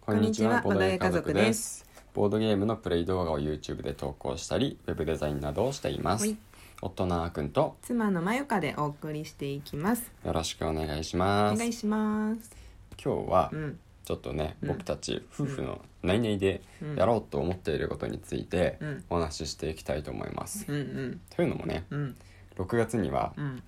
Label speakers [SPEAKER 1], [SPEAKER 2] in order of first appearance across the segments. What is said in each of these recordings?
[SPEAKER 1] こんにちは、
[SPEAKER 2] こ
[SPEAKER 1] ボ
[SPEAKER 2] ん
[SPEAKER 1] ー
[SPEAKER 2] にちは
[SPEAKER 1] ドゲー家族です。
[SPEAKER 2] ボードゲームのプレイ動画を YouTube で投稿したり、ウェブデザインなどをしていま
[SPEAKER 1] は
[SPEAKER 2] す
[SPEAKER 1] い。
[SPEAKER 2] 夫のあーくんと
[SPEAKER 1] 妻のまゆかでお送りしていきます。
[SPEAKER 2] よろしくお願いし
[SPEAKER 1] お
[SPEAKER 2] ます。
[SPEAKER 1] 願いします。
[SPEAKER 2] 今日は
[SPEAKER 1] うん、
[SPEAKER 2] ちょっとね、
[SPEAKER 1] うん
[SPEAKER 2] 僕たち夫婦の内々で
[SPEAKER 1] うん
[SPEAKER 2] やろうと思っていることについて
[SPEAKER 1] うん
[SPEAKER 2] お話ししていきたいと思います。
[SPEAKER 1] うん、うん、
[SPEAKER 2] というのもね、
[SPEAKER 1] うん、
[SPEAKER 2] 6月には
[SPEAKER 1] うん、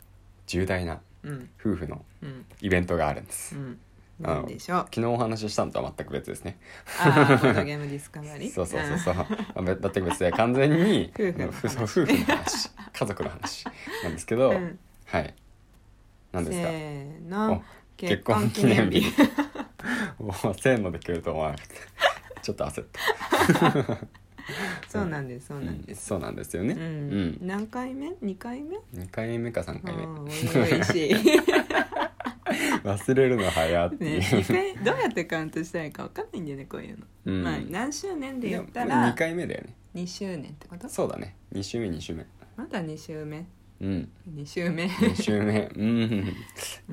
[SPEAKER 2] 重大な
[SPEAKER 1] うん、
[SPEAKER 2] 夫婦の
[SPEAKER 1] うん、
[SPEAKER 2] イベントがあるんです。
[SPEAKER 1] うん。
[SPEAKER 2] あの
[SPEAKER 1] なんでしょう。
[SPEAKER 2] 昨日お話ししたのとは全く別ですね。
[SPEAKER 1] ああ、ボードゲームディスカバリー。
[SPEAKER 2] そうそうそうそう。まあべ 全く別で完全に
[SPEAKER 1] 夫婦の話
[SPEAKER 2] そう夫婦の話、家族の話なんですけど、
[SPEAKER 1] うん。うん
[SPEAKER 2] はい。何
[SPEAKER 1] せ
[SPEAKER 2] ですか。
[SPEAKER 1] ー
[SPEAKER 2] お
[SPEAKER 1] の。
[SPEAKER 2] 結婚記念日。もうせーので来ると思わなかった。ちょっと焦った。
[SPEAKER 1] そうなんです。そううなんです。
[SPEAKER 2] そうなんですよね。
[SPEAKER 1] う
[SPEAKER 2] うん
[SPEAKER 1] ん。。何回目？二回目？
[SPEAKER 2] 二回目か三
[SPEAKER 1] う
[SPEAKER 2] 回目。
[SPEAKER 1] ん、おい しい。
[SPEAKER 2] 忘れるの早って
[SPEAKER 1] ね、
[SPEAKER 2] いう。
[SPEAKER 1] 一回どうやってカウントしたらいいかわかんないんだよね、こういうの。
[SPEAKER 2] うん
[SPEAKER 1] まあ何周年で
[SPEAKER 2] で
[SPEAKER 1] 言
[SPEAKER 2] も
[SPEAKER 1] った
[SPEAKER 2] 二
[SPEAKER 1] ら
[SPEAKER 2] 回目だよね。
[SPEAKER 1] 2周年ってこと
[SPEAKER 2] そうだね。二週目二週目。
[SPEAKER 1] まだ2周目
[SPEAKER 2] うん。
[SPEAKER 1] 2周目、
[SPEAKER 2] 二週目。うん。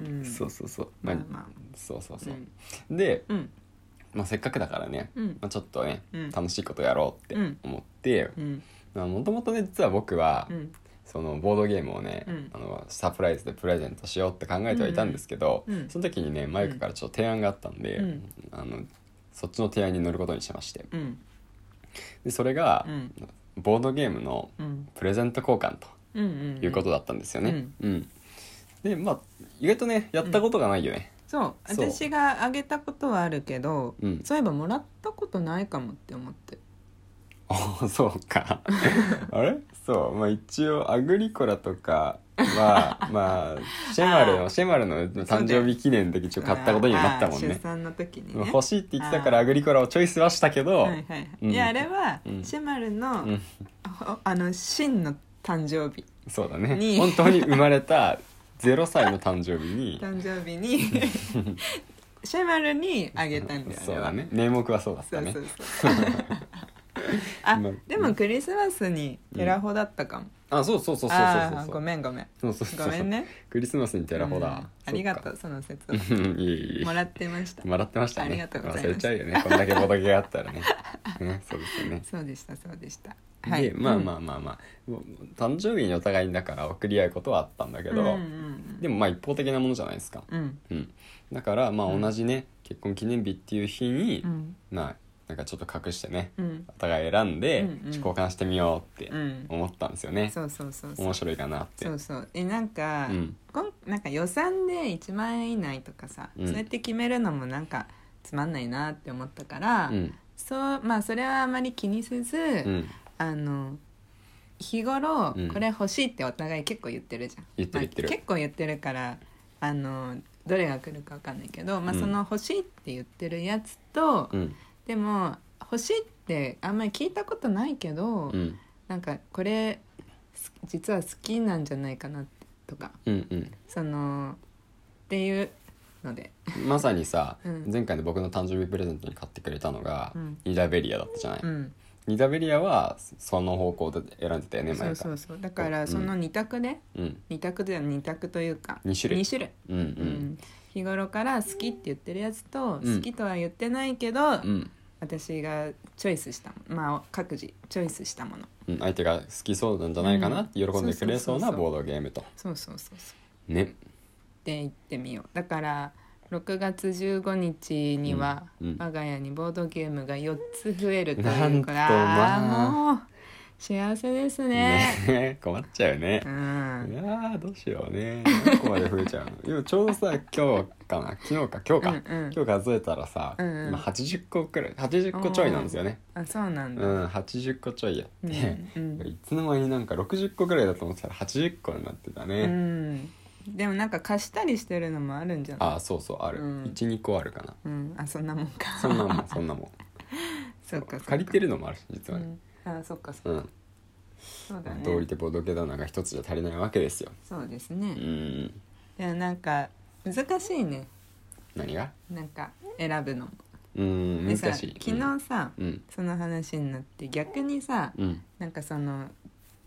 [SPEAKER 1] うん、
[SPEAKER 2] そうそうそう。ま
[SPEAKER 1] ま
[SPEAKER 2] あ
[SPEAKER 1] あ、まあ
[SPEAKER 2] そうそう
[SPEAKER 1] う
[SPEAKER 2] そう。
[SPEAKER 1] ん
[SPEAKER 2] で、
[SPEAKER 1] うん
[SPEAKER 2] まあせっかくだからね。
[SPEAKER 1] うん
[SPEAKER 2] まあちょっとね、
[SPEAKER 1] うん
[SPEAKER 2] 楽しいことやろうって思って、
[SPEAKER 1] うん
[SPEAKER 2] まあもともとね実は僕は、
[SPEAKER 1] うん
[SPEAKER 2] そのボードゲームをね、
[SPEAKER 1] うん
[SPEAKER 2] あのサプライズでプレゼントしようって考えてはいたんですけど、
[SPEAKER 1] うんうん
[SPEAKER 2] その時にねマイクからちょっと提案があったんで、
[SPEAKER 1] うん
[SPEAKER 2] あのそっちの提案に乗ることにしまして
[SPEAKER 1] うん
[SPEAKER 2] でそれが、
[SPEAKER 1] うん
[SPEAKER 2] ボードゲームの
[SPEAKER 1] うん
[SPEAKER 2] プレゼント交換と
[SPEAKER 1] うんうん
[SPEAKER 2] いうことだったんですよね。
[SPEAKER 1] うん
[SPEAKER 2] うんでまあ意外とねやったことがないよね。
[SPEAKER 1] そう
[SPEAKER 2] そう
[SPEAKER 1] 私があげたことはあるけど、
[SPEAKER 2] うん
[SPEAKER 1] そういえばもらったことないかもって思って
[SPEAKER 2] お そう かあれそうまあ一応アグリコラとかはまあシェマルのシェマルの誕生日記念で一応買ったことにはなったもん
[SPEAKER 1] あー出
[SPEAKER 2] ね。
[SPEAKER 1] 産の時にね
[SPEAKER 2] 欲しいって言ってたから
[SPEAKER 1] あー
[SPEAKER 2] アグリコラをチョイスはしたけど、
[SPEAKER 1] はいはいはい、
[SPEAKER 2] うん
[SPEAKER 1] いやあれは、
[SPEAKER 2] うん
[SPEAKER 1] シェマルの、
[SPEAKER 2] うん
[SPEAKER 1] ほあの真の誕生日
[SPEAKER 2] そうだね
[SPEAKER 1] に
[SPEAKER 2] 本当に生まれた0歳の誕生日に
[SPEAKER 1] 誕生 日にシェマルにあげたんだよ
[SPEAKER 2] そう
[SPEAKER 1] あれは
[SPEAKER 2] だね名目はそうだっ
[SPEAKER 1] そ
[SPEAKER 2] た
[SPEAKER 1] う
[SPEAKER 2] ね
[SPEAKER 1] そうそう あ
[SPEAKER 2] まあ
[SPEAKER 1] でもクリスマスにテラフォだったかも、
[SPEAKER 2] あそうそうそうそう
[SPEAKER 1] あ
[SPEAKER 2] そう
[SPEAKER 1] あ
[SPEAKER 2] そう
[SPEAKER 1] ごめん ごめん
[SPEAKER 2] そうそうそう
[SPEAKER 1] ごめんね
[SPEAKER 2] クリスマスにテラホだ、
[SPEAKER 1] うんありがと
[SPEAKER 2] う
[SPEAKER 1] うその説
[SPEAKER 2] いえいえいえ
[SPEAKER 1] もらってました
[SPEAKER 2] もらってましたね。
[SPEAKER 1] ありがとうございます
[SPEAKER 2] 忘れちゃうよね。こんだけボドゲがあったらね。ね、そうですよね。
[SPEAKER 1] そうでしたそうでした
[SPEAKER 2] で、まあま
[SPEAKER 1] あ
[SPEAKER 2] あまあまあ、もう誕生日にお互いにだから送り合うことはあったんだけど、
[SPEAKER 1] うん
[SPEAKER 2] でもまあ一方的なものじゃないですか。
[SPEAKER 1] うんうん
[SPEAKER 2] うん。だからまあ同じね、結婚記念日っていう日に、
[SPEAKER 1] うん
[SPEAKER 2] まあなんかちょっと隠してね、
[SPEAKER 1] うん
[SPEAKER 2] お互い選んで、
[SPEAKER 1] うんうん
[SPEAKER 2] 交換してみようって
[SPEAKER 1] うん
[SPEAKER 2] 思ったんですよね。
[SPEAKER 1] そうそうそうそう
[SPEAKER 2] 面白いかなって。
[SPEAKER 1] そうそうえなんか、
[SPEAKER 2] うん
[SPEAKER 1] こんなんか予算で1万円以内とかさ、
[SPEAKER 2] うん
[SPEAKER 1] そうやって決めるのもなんかつまんないなって思ったから、
[SPEAKER 2] うん。
[SPEAKER 1] そうまあそれはあまり気にせず、
[SPEAKER 2] うん。
[SPEAKER 1] あの日頃
[SPEAKER 2] うん
[SPEAKER 1] これ欲しいってお互い結構言ってるじゃん、
[SPEAKER 2] 言ってる
[SPEAKER 1] まあ
[SPEAKER 2] 言ってる
[SPEAKER 1] 結構言ってるからあのどれが来るか分かんないけど、まあ、
[SPEAKER 2] うん
[SPEAKER 1] その欲しいって言ってるやつと、
[SPEAKER 2] うん。
[SPEAKER 1] でも欲しいってあんまり聞いたことないけど、
[SPEAKER 2] うん。
[SPEAKER 1] なんかこれす実は好きなんじゃないかなとか
[SPEAKER 2] うん。うん。
[SPEAKER 1] そのっていうので
[SPEAKER 2] まさにさ、
[SPEAKER 1] うん
[SPEAKER 2] 前回の僕の誕生日プレゼントに買ってくれたのが、
[SPEAKER 1] うん
[SPEAKER 2] ニダベリアだったじゃない、
[SPEAKER 1] うん
[SPEAKER 2] ニダベリアはその方向で選んでたよね
[SPEAKER 1] そ
[SPEAKER 2] 前
[SPEAKER 1] う
[SPEAKER 2] か
[SPEAKER 1] そ
[SPEAKER 2] ら
[SPEAKER 1] うそうだか
[SPEAKER 2] う
[SPEAKER 1] ら
[SPEAKER 2] ん
[SPEAKER 1] その2択で、
[SPEAKER 2] うん
[SPEAKER 1] 二択では2択というか
[SPEAKER 2] 二種類
[SPEAKER 1] 二種類
[SPEAKER 2] うんう
[SPEAKER 1] うんん、日頃から好きって言ってるやつと、
[SPEAKER 2] うん
[SPEAKER 1] 好きとは言ってないけど、
[SPEAKER 2] うん、
[SPEAKER 1] 私がチョイスしたものまあ各自チョイスしたもの
[SPEAKER 2] うん、相手が好きそうなんじゃないかなって喜
[SPEAKER 1] うん
[SPEAKER 2] んでくれそうな
[SPEAKER 1] そうそうそうそう
[SPEAKER 2] ボードゲームと
[SPEAKER 1] そうそうそうそう
[SPEAKER 2] ね
[SPEAKER 1] で行ってみようだから6月15日には、
[SPEAKER 2] うんうん
[SPEAKER 1] 我が家にボードゲームが4つ増えるというから
[SPEAKER 2] なんとまあ
[SPEAKER 1] もう幸せですね
[SPEAKER 2] ね 困っちゃうよね
[SPEAKER 1] う、
[SPEAKER 2] い
[SPEAKER 1] ん
[SPEAKER 2] やーどうしようね何個まで増えち ゃうの今ちょうどさ今日かな昨日か今日か、
[SPEAKER 1] うんうん
[SPEAKER 2] 今日数えたらさ、
[SPEAKER 1] うんうん
[SPEAKER 2] 今80個くらい80個ちょいなんですよね
[SPEAKER 1] あそうなん
[SPEAKER 2] う
[SPEAKER 1] だ、
[SPEAKER 2] ん80個ちょいやって、
[SPEAKER 1] うんう ん
[SPEAKER 2] いつの間になんか60個ぐらいだと思ってたら80個になってた
[SPEAKER 1] う
[SPEAKER 2] ね、
[SPEAKER 1] ん、でもなんか貸したりしてるのもあるんじゃない
[SPEAKER 2] ああそうそうある、
[SPEAKER 1] うん
[SPEAKER 2] 12個あるかな
[SPEAKER 1] うん、あそんなもんか
[SPEAKER 2] そんなも んそんなもん
[SPEAKER 1] そうかそうか
[SPEAKER 2] 借りてるのもあるし実はね
[SPEAKER 1] うん、あそっかそっか
[SPEAKER 2] うん、
[SPEAKER 1] そうだね
[SPEAKER 2] 道理でボドゲ棚が一つじゃ足りないわけですよ
[SPEAKER 1] そうです
[SPEAKER 2] う
[SPEAKER 1] ね、
[SPEAKER 2] ん
[SPEAKER 1] でもなんか難しいね
[SPEAKER 2] 何が
[SPEAKER 1] なんか選ぶのも
[SPEAKER 2] うん
[SPEAKER 1] でさ
[SPEAKER 2] 難しい
[SPEAKER 1] 昨日さ、
[SPEAKER 2] うん
[SPEAKER 1] その話になって逆にさ
[SPEAKER 2] うん
[SPEAKER 1] なんかその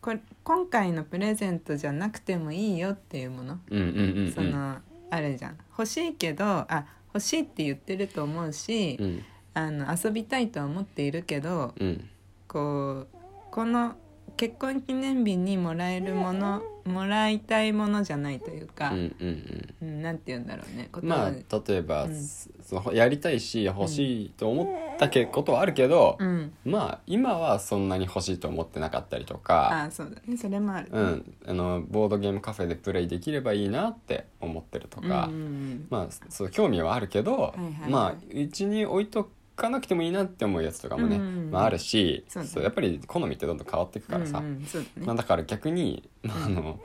[SPEAKER 1] これ今回のプレゼントじゃなくてもいいよっていうもの、
[SPEAKER 2] うんうんうんうん
[SPEAKER 1] そのあるじゃん欲しいけどあ欲しいって言ってると思うし、
[SPEAKER 2] うん
[SPEAKER 1] あの遊びたいとは思っているけど
[SPEAKER 2] うん
[SPEAKER 1] こうこの結婚記念日にもらえるものもらいたいものじゃないという
[SPEAKER 2] う
[SPEAKER 1] か、
[SPEAKER 2] んうんうん
[SPEAKER 1] うんなんて言うんだろうね言
[SPEAKER 2] ま
[SPEAKER 1] 葉
[SPEAKER 2] あ
[SPEAKER 1] で
[SPEAKER 2] 例えば、
[SPEAKER 1] うん
[SPEAKER 2] そのやりたいし欲しいと思ったけことはあるけど、
[SPEAKER 1] うん、
[SPEAKER 2] まあ今はそんなに欲しいと思ってなかったりとか
[SPEAKER 1] あそうだねそれもある、
[SPEAKER 2] うん、あのボードゲームカフェでプレイできればいいなって思ってると
[SPEAKER 1] うんうんう
[SPEAKER 2] か、
[SPEAKER 1] ん
[SPEAKER 2] まあそう興味はあるけど、
[SPEAKER 1] いはいはい
[SPEAKER 2] まあうちに置いとかなくてもいいなって思うやつとかもね、
[SPEAKER 1] うんうんうん
[SPEAKER 2] まあ、あるし
[SPEAKER 1] そうだね
[SPEAKER 2] やっぱり好みってどんどん変わっていくからさ、
[SPEAKER 1] うんうんそうだね、
[SPEAKER 2] まあ、だから逆に、まあ、あの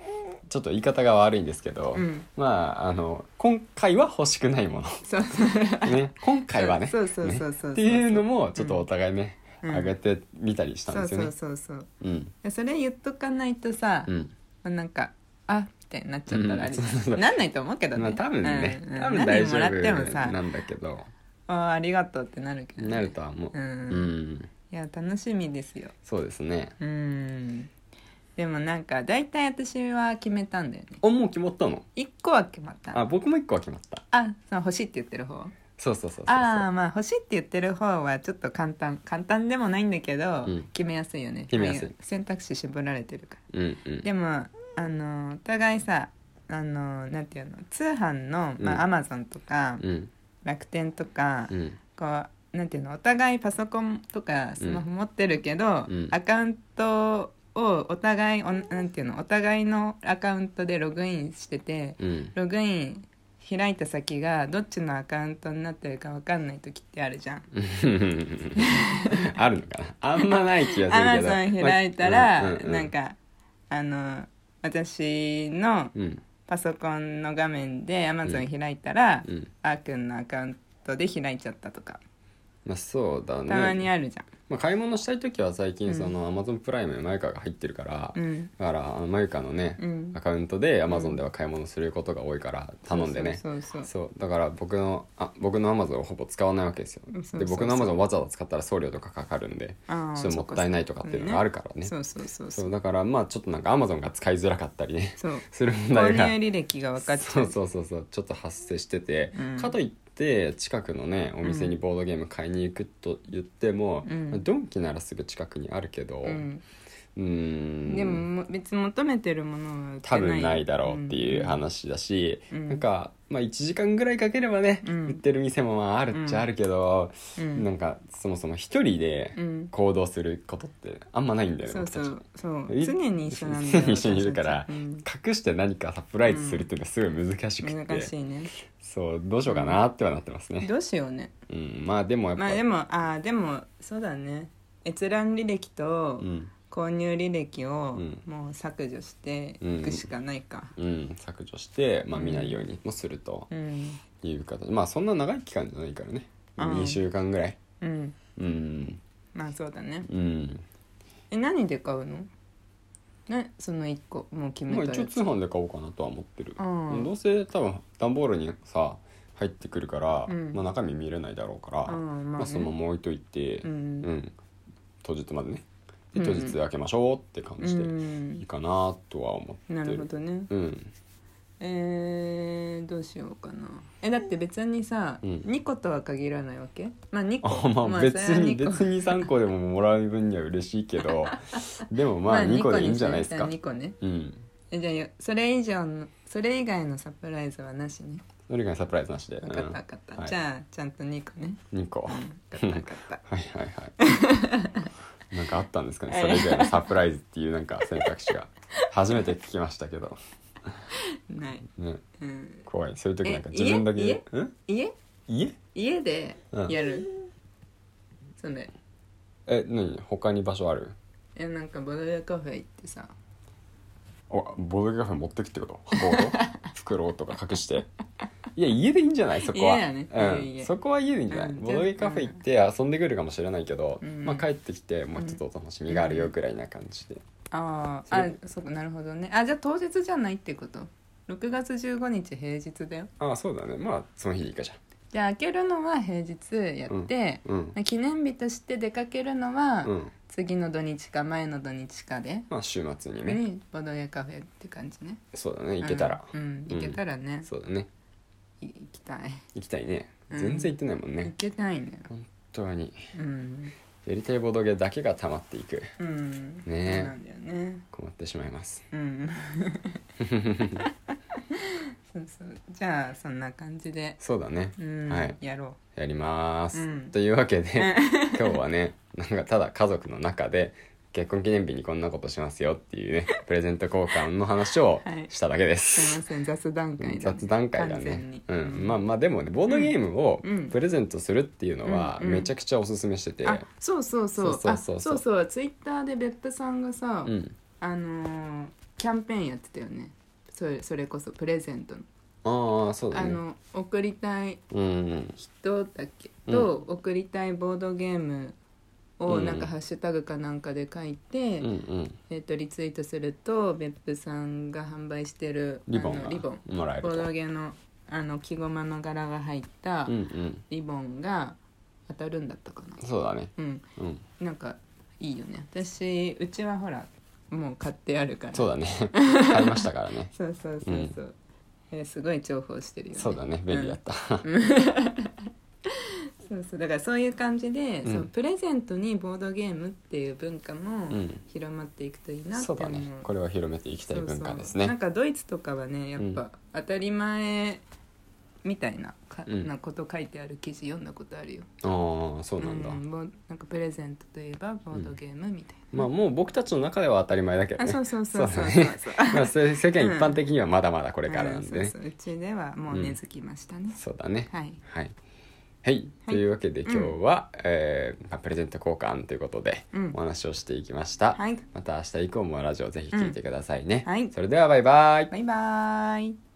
[SPEAKER 2] ちょっと言い方が悪いんですけど、
[SPEAKER 1] うん
[SPEAKER 2] まああの今回は欲しくないも
[SPEAKER 1] そう
[SPEAKER 2] の、ね、今回はね
[SPEAKER 1] そうそうそうそうそうそう
[SPEAKER 2] ねっていうのもちょっとお互いね、
[SPEAKER 1] うん
[SPEAKER 2] 上げてみたりしたん
[SPEAKER 1] そう
[SPEAKER 2] ですよ
[SPEAKER 1] そう
[SPEAKER 2] ね。
[SPEAKER 1] そうそう
[SPEAKER 2] うん
[SPEAKER 1] それ言っとかないとさ、
[SPEAKER 2] うん
[SPEAKER 1] なんかあみたいになっちゃったらあれ
[SPEAKER 2] うんそうそう
[SPEAKER 1] なんないと思うけどね、
[SPEAKER 2] まあ多分ね、
[SPEAKER 1] うんうん
[SPEAKER 2] 多分大丈
[SPEAKER 1] 何もらっても
[SPEAKER 2] 夫
[SPEAKER 1] さ
[SPEAKER 2] なんだけど
[SPEAKER 1] あーありがとうってなるけどね、
[SPEAKER 2] なるとは思う、
[SPEAKER 1] うん
[SPEAKER 2] うん
[SPEAKER 1] いや楽しみですよ
[SPEAKER 2] そうですね
[SPEAKER 1] うんでもなんか大体私は決めたんだよね
[SPEAKER 2] おもう決まったの
[SPEAKER 1] 一個は決まった
[SPEAKER 2] あ
[SPEAKER 1] あ
[SPEAKER 2] 僕も一個は決まった
[SPEAKER 1] その欲しいって言ってる方
[SPEAKER 2] そうそうそうそう
[SPEAKER 1] ああまあ欲しいって言ってる方はちょっと簡単簡単でもないんだけど、
[SPEAKER 2] うん
[SPEAKER 1] 決めやすいよね
[SPEAKER 2] 決めやすい
[SPEAKER 1] ああう選択肢絞られてるから
[SPEAKER 2] うんうん
[SPEAKER 1] でもあのお互いさあのなんていうの通販の
[SPEAKER 2] うん
[SPEAKER 1] まあアマゾンとか、
[SPEAKER 2] うん
[SPEAKER 1] 楽天とか、
[SPEAKER 2] うん
[SPEAKER 1] こうなんていうのお互いパソコンとかスマホ持ってるけど、
[SPEAKER 2] うん
[SPEAKER 1] アカウントをお互いおなんていうのお互いのアカウントでログインしてて
[SPEAKER 2] うん
[SPEAKER 1] ログイン開いた先がどっちのアカウントになってるか分かんない時ってあるじゃん。
[SPEAKER 2] あるのかなあんまない気が
[SPEAKER 1] ア
[SPEAKER 2] する
[SPEAKER 1] マ
[SPEAKER 2] け
[SPEAKER 1] ゾ
[SPEAKER 2] ど
[SPEAKER 1] ン開いたら、
[SPEAKER 2] まあううう
[SPEAKER 1] なんかあの私の
[SPEAKER 2] うん
[SPEAKER 1] パソコンの画面で Amazon 開いたら、
[SPEAKER 2] うん
[SPEAKER 1] あーくんのアカウントで開いちゃったとか
[SPEAKER 2] まあそうだね
[SPEAKER 1] たまにあるじゃん、
[SPEAKER 2] まあ、買い物したい時は最近その Amazon プライムにマユカが入ってるから、
[SPEAKER 1] うん
[SPEAKER 2] だからあのマユカのね、
[SPEAKER 1] うん
[SPEAKER 2] アカウントで Amazon では買い物することが多いから頼んでね
[SPEAKER 1] そうそうそうそ
[SPEAKER 2] そうだから僕のあ僕の Amazon をほぼ使わないわけですよ
[SPEAKER 1] そうそう
[SPEAKER 2] で僕の Amazon わざわざ使ったら送料とかかかるんで
[SPEAKER 1] あー
[SPEAKER 2] ちょっともったいないとかっていうのがあるからね
[SPEAKER 1] そっかそうそう
[SPEAKER 2] そ
[SPEAKER 1] そう
[SPEAKER 2] うだからまあちょっとなんか Amazon が使いづらかったりね
[SPEAKER 1] そう
[SPEAKER 2] する問
[SPEAKER 1] 購
[SPEAKER 2] 題
[SPEAKER 1] 入
[SPEAKER 2] が
[SPEAKER 1] 履歴が分かっち
[SPEAKER 2] そ
[SPEAKER 1] ゃ
[SPEAKER 2] う
[SPEAKER 1] う
[SPEAKER 2] そうそうそうちょっと発生してて、
[SPEAKER 1] うん
[SPEAKER 2] かといって近くのねお店にボードゲーム買いに行くと言っても、
[SPEAKER 1] うん
[SPEAKER 2] まあドンキならすぐ近くにあるけどう
[SPEAKER 1] う
[SPEAKER 2] ー
[SPEAKER 1] ん、
[SPEAKER 2] ん
[SPEAKER 1] でもも別に求めてるものは売って
[SPEAKER 2] 多分ないだろうっていう、話だし、
[SPEAKER 1] うん
[SPEAKER 2] なんか、まあ、1時間ぐらいかければね、
[SPEAKER 1] うん
[SPEAKER 2] 売ってる店もまああるっちゃあるけど、
[SPEAKER 1] うんうん
[SPEAKER 2] なんかそもそも一人で
[SPEAKER 1] うん
[SPEAKER 2] 行動することってあんまないんだ
[SPEAKER 1] うん
[SPEAKER 2] よね、
[SPEAKER 1] そう
[SPEAKER 2] 僕た
[SPEAKER 1] そ
[SPEAKER 2] ち
[SPEAKER 1] うそう
[SPEAKER 2] い
[SPEAKER 1] 常に一緒なんだよ
[SPEAKER 2] 常に一緒にいるから
[SPEAKER 1] 私た
[SPEAKER 2] 隠して何かサプライズするっていうのはすごい難し
[SPEAKER 1] ち
[SPEAKER 2] く
[SPEAKER 1] う
[SPEAKER 2] て、
[SPEAKER 1] ん、難しい ね
[SPEAKER 2] そうどうしようかなってはなってますね、
[SPEAKER 1] どうしようね
[SPEAKER 2] うん、まあでもやっぱ、
[SPEAKER 1] まあでもあーでもそうだね閲覧履歴と
[SPEAKER 2] うん、
[SPEAKER 1] 購入履歴を
[SPEAKER 2] うん
[SPEAKER 1] もう削除していくしかないか
[SPEAKER 2] うん、削除して、まあ、見ないようにもすると
[SPEAKER 1] うん
[SPEAKER 2] いう形、まあそんな長い期間じゃないからね
[SPEAKER 1] うん
[SPEAKER 2] 2週間ぐらい
[SPEAKER 1] うん、
[SPEAKER 2] うん
[SPEAKER 1] まあそうだね
[SPEAKER 2] うん
[SPEAKER 1] え何で買うのなその1個もう決
[SPEAKER 2] まあ
[SPEAKER 1] めた
[SPEAKER 2] 一応
[SPEAKER 1] や
[SPEAKER 2] 通
[SPEAKER 1] つ
[SPEAKER 2] 販で買おうかなとは思ってる、
[SPEAKER 1] うん
[SPEAKER 2] どうせ多分段ボールにさ入ってくるから、
[SPEAKER 1] うん
[SPEAKER 2] まあ、中身見れないだろうから、
[SPEAKER 1] うんまあね
[SPEAKER 2] まあ、そのまま置いといて、う
[SPEAKER 1] う
[SPEAKER 2] ん
[SPEAKER 1] ん
[SPEAKER 2] 当日までね
[SPEAKER 1] う
[SPEAKER 2] で
[SPEAKER 1] ん
[SPEAKER 2] 当日開けましょうって感
[SPEAKER 1] う
[SPEAKER 2] じでい
[SPEAKER 1] ん
[SPEAKER 2] いかなとは思ってる
[SPEAKER 1] なるほどね
[SPEAKER 2] うん
[SPEAKER 1] えー、どうしようかなえだって別にさ、
[SPEAKER 2] う
[SPEAKER 1] 二
[SPEAKER 2] ん
[SPEAKER 1] 2個とは限らないわけまあ2
[SPEAKER 2] あ
[SPEAKER 1] 個
[SPEAKER 2] まあ別
[SPEAKER 1] それは
[SPEAKER 2] に
[SPEAKER 1] 二個
[SPEAKER 2] 別に3個でももらう分には嬉しいけ どでもまあ2個でいいんじゃないですか
[SPEAKER 1] 2個ね
[SPEAKER 2] うん
[SPEAKER 1] えじゃあよそれ以上のそれ以外のサプライズはなしね
[SPEAKER 2] どれかにサプライズなしで
[SPEAKER 1] 分かった分かった、じ
[SPEAKER 2] あ
[SPEAKER 1] ゃあちゃんと2個ね
[SPEAKER 2] 2個
[SPEAKER 1] う
[SPEAKER 2] は
[SPEAKER 1] ん分かった分かっ
[SPEAKER 2] いは
[SPEAKER 1] た
[SPEAKER 2] い はいなんかあったんですかねそれ以外のサプライズっていうなんか選択 肢が初めて聞きましたけど
[SPEAKER 1] ない、
[SPEAKER 2] ね
[SPEAKER 1] うん、
[SPEAKER 2] 怖いそういう時なんか
[SPEAKER 1] え
[SPEAKER 2] 自分だ
[SPEAKER 1] 家
[SPEAKER 2] けうん
[SPEAKER 1] 家
[SPEAKER 2] 家
[SPEAKER 1] 家で
[SPEAKER 2] うん
[SPEAKER 1] やる、それ
[SPEAKER 2] え何他に場所ある
[SPEAKER 1] えなんかボドゲカフェ行ってさ
[SPEAKER 2] おボードゲームカフェ持ってくってこと箱ごと 袋をとか隠していや家でいいんじゃないそこは
[SPEAKER 1] 家だね
[SPEAKER 2] うん、
[SPEAKER 1] 家
[SPEAKER 2] そこは家でいいんじゃない、
[SPEAKER 1] うん
[SPEAKER 2] ボードゲームカフェ行って遊んでくるかもしれないけど、
[SPEAKER 1] うん
[SPEAKER 2] まあ帰ってきてもうちょっとお楽しみがあるよぐらいな感じで、
[SPEAKER 1] あ
[SPEAKER 2] そ
[SPEAKER 1] あ
[SPEAKER 2] れ
[SPEAKER 1] あそうなるほどねあじゃあ当日じゃないってこと6月15日平日だよ
[SPEAKER 2] ああそうだねまあその日でいいかじゃん
[SPEAKER 1] じゃあ開けるのは平日やって、
[SPEAKER 2] うん
[SPEAKER 1] まあ記念日として出かけるのは、
[SPEAKER 2] うん
[SPEAKER 1] 次の土日か前の土日かで、
[SPEAKER 2] まあ週末にね、
[SPEAKER 1] にボドゲカフェって感じね
[SPEAKER 2] そうだね行けたら、
[SPEAKER 1] うん、うん行けたらね、
[SPEAKER 2] そうだね
[SPEAKER 1] い行きたい
[SPEAKER 2] 行きたいね
[SPEAKER 1] うん
[SPEAKER 2] 全然行ってないもん
[SPEAKER 1] 行
[SPEAKER 2] ね、
[SPEAKER 1] けたいね
[SPEAKER 2] 本当に
[SPEAKER 1] うん
[SPEAKER 2] やりたいボードゲーだけが溜まっていく
[SPEAKER 1] うんね
[SPEAKER 2] え
[SPEAKER 1] そうなんだよね
[SPEAKER 2] 困ってしまいます
[SPEAKER 1] うん そうそうじゃあそんな感じで、
[SPEAKER 2] そうだね
[SPEAKER 1] うん
[SPEAKER 2] はい
[SPEAKER 1] やろ
[SPEAKER 2] やります、
[SPEAKER 1] うん
[SPEAKER 2] というわけで 今日はねなんかただ家族の中で結婚記念日にこんなことしますよって いうねプレゼント交換の話を
[SPEAKER 1] はい
[SPEAKER 2] しただけで
[SPEAKER 1] うすい
[SPEAKER 2] す、
[SPEAKER 1] ません雑談会だ、ね、
[SPEAKER 2] 雑談会だ
[SPEAKER 1] 完全に
[SPEAKER 2] ね、うん、まあまあでもねボードゲームを
[SPEAKER 1] うん
[SPEAKER 2] プレゼントするっていうのは
[SPEAKER 1] うんうん
[SPEAKER 2] めちゃくちゃおすすめしてて、
[SPEAKER 1] あそうそうそう
[SPEAKER 2] そうそうそうそう
[SPEAKER 1] あそうそうツイッターで別府さんがさ、
[SPEAKER 2] うん、
[SPEAKER 1] あのーキャンペーンやってたよねそれそれこそプレゼントの、
[SPEAKER 2] ああそうだ
[SPEAKER 1] あ
[SPEAKER 2] ね
[SPEAKER 1] の送りたい
[SPEAKER 2] うん
[SPEAKER 1] 人だっけと、送りたいボードゲームを
[SPEAKER 2] うん
[SPEAKER 1] なんかハッシュタグかなんかで書いて、
[SPEAKER 2] うんうん
[SPEAKER 1] えー、とリツイートすると別府さんが販売してる
[SPEAKER 2] リボン
[SPEAKER 1] あの
[SPEAKER 2] が
[SPEAKER 1] リボン
[SPEAKER 2] もらえる
[SPEAKER 1] ボ
[SPEAKER 2] と
[SPEAKER 1] ードゲームのあの木駒の柄が入った
[SPEAKER 2] うんうん
[SPEAKER 1] リボンが当たるんだったかな
[SPEAKER 2] そうだね
[SPEAKER 1] うん
[SPEAKER 2] うん
[SPEAKER 1] なんかいいよね私うちはほらもう買ってあるから
[SPEAKER 2] そうだ ね買いましたからね
[SPEAKER 1] そうそうそうそう、えーすごい重宝してるよね
[SPEAKER 2] そうだね便利だった、
[SPEAKER 1] そうそうだからそういう感じで、
[SPEAKER 2] うん
[SPEAKER 1] そうプレゼントにボードゲームっていう文化も
[SPEAKER 2] うん
[SPEAKER 1] 広まっていくといいなって
[SPEAKER 2] そう
[SPEAKER 1] 思
[SPEAKER 2] だ
[SPEAKER 1] う、
[SPEAKER 2] ねこれは広めていきたい文化です
[SPEAKER 1] そうそうなん
[SPEAKER 2] ね
[SPEAKER 1] かドイツとかはねやっ
[SPEAKER 2] うん
[SPEAKER 1] ぱ当たり前みたいなか、
[SPEAKER 2] うん
[SPEAKER 1] なこと書いてある記事読んだことあるよ
[SPEAKER 2] ああそうなんだ、
[SPEAKER 1] うんぼなんかプレゼントといえばボードゲームみたい
[SPEAKER 2] まあもう僕たちの中では当たり前だけど
[SPEAKER 1] な、
[SPEAKER 2] ね
[SPEAKER 1] あそうそうそう
[SPEAKER 2] そ
[SPEAKER 1] そう
[SPEAKER 2] だ
[SPEAKER 1] うそう
[SPEAKER 2] ね
[SPEAKER 1] そう
[SPEAKER 2] まあそれ世間一般的にはまだまだこれからなんで
[SPEAKER 1] う
[SPEAKER 2] ね
[SPEAKER 1] ん、そうそううちではもう根付きましたね、
[SPEAKER 2] そうだね
[SPEAKER 1] はい
[SPEAKER 2] はい、はい、というわけで今日は、えーまあ、プレゼント交換ということで
[SPEAKER 1] うん
[SPEAKER 2] お話をしていきました、
[SPEAKER 1] はい
[SPEAKER 2] また明日以降もラジオぜひ聞いてくださいね、
[SPEAKER 1] うんはい
[SPEAKER 2] それではバイバイ
[SPEAKER 1] バイバーイ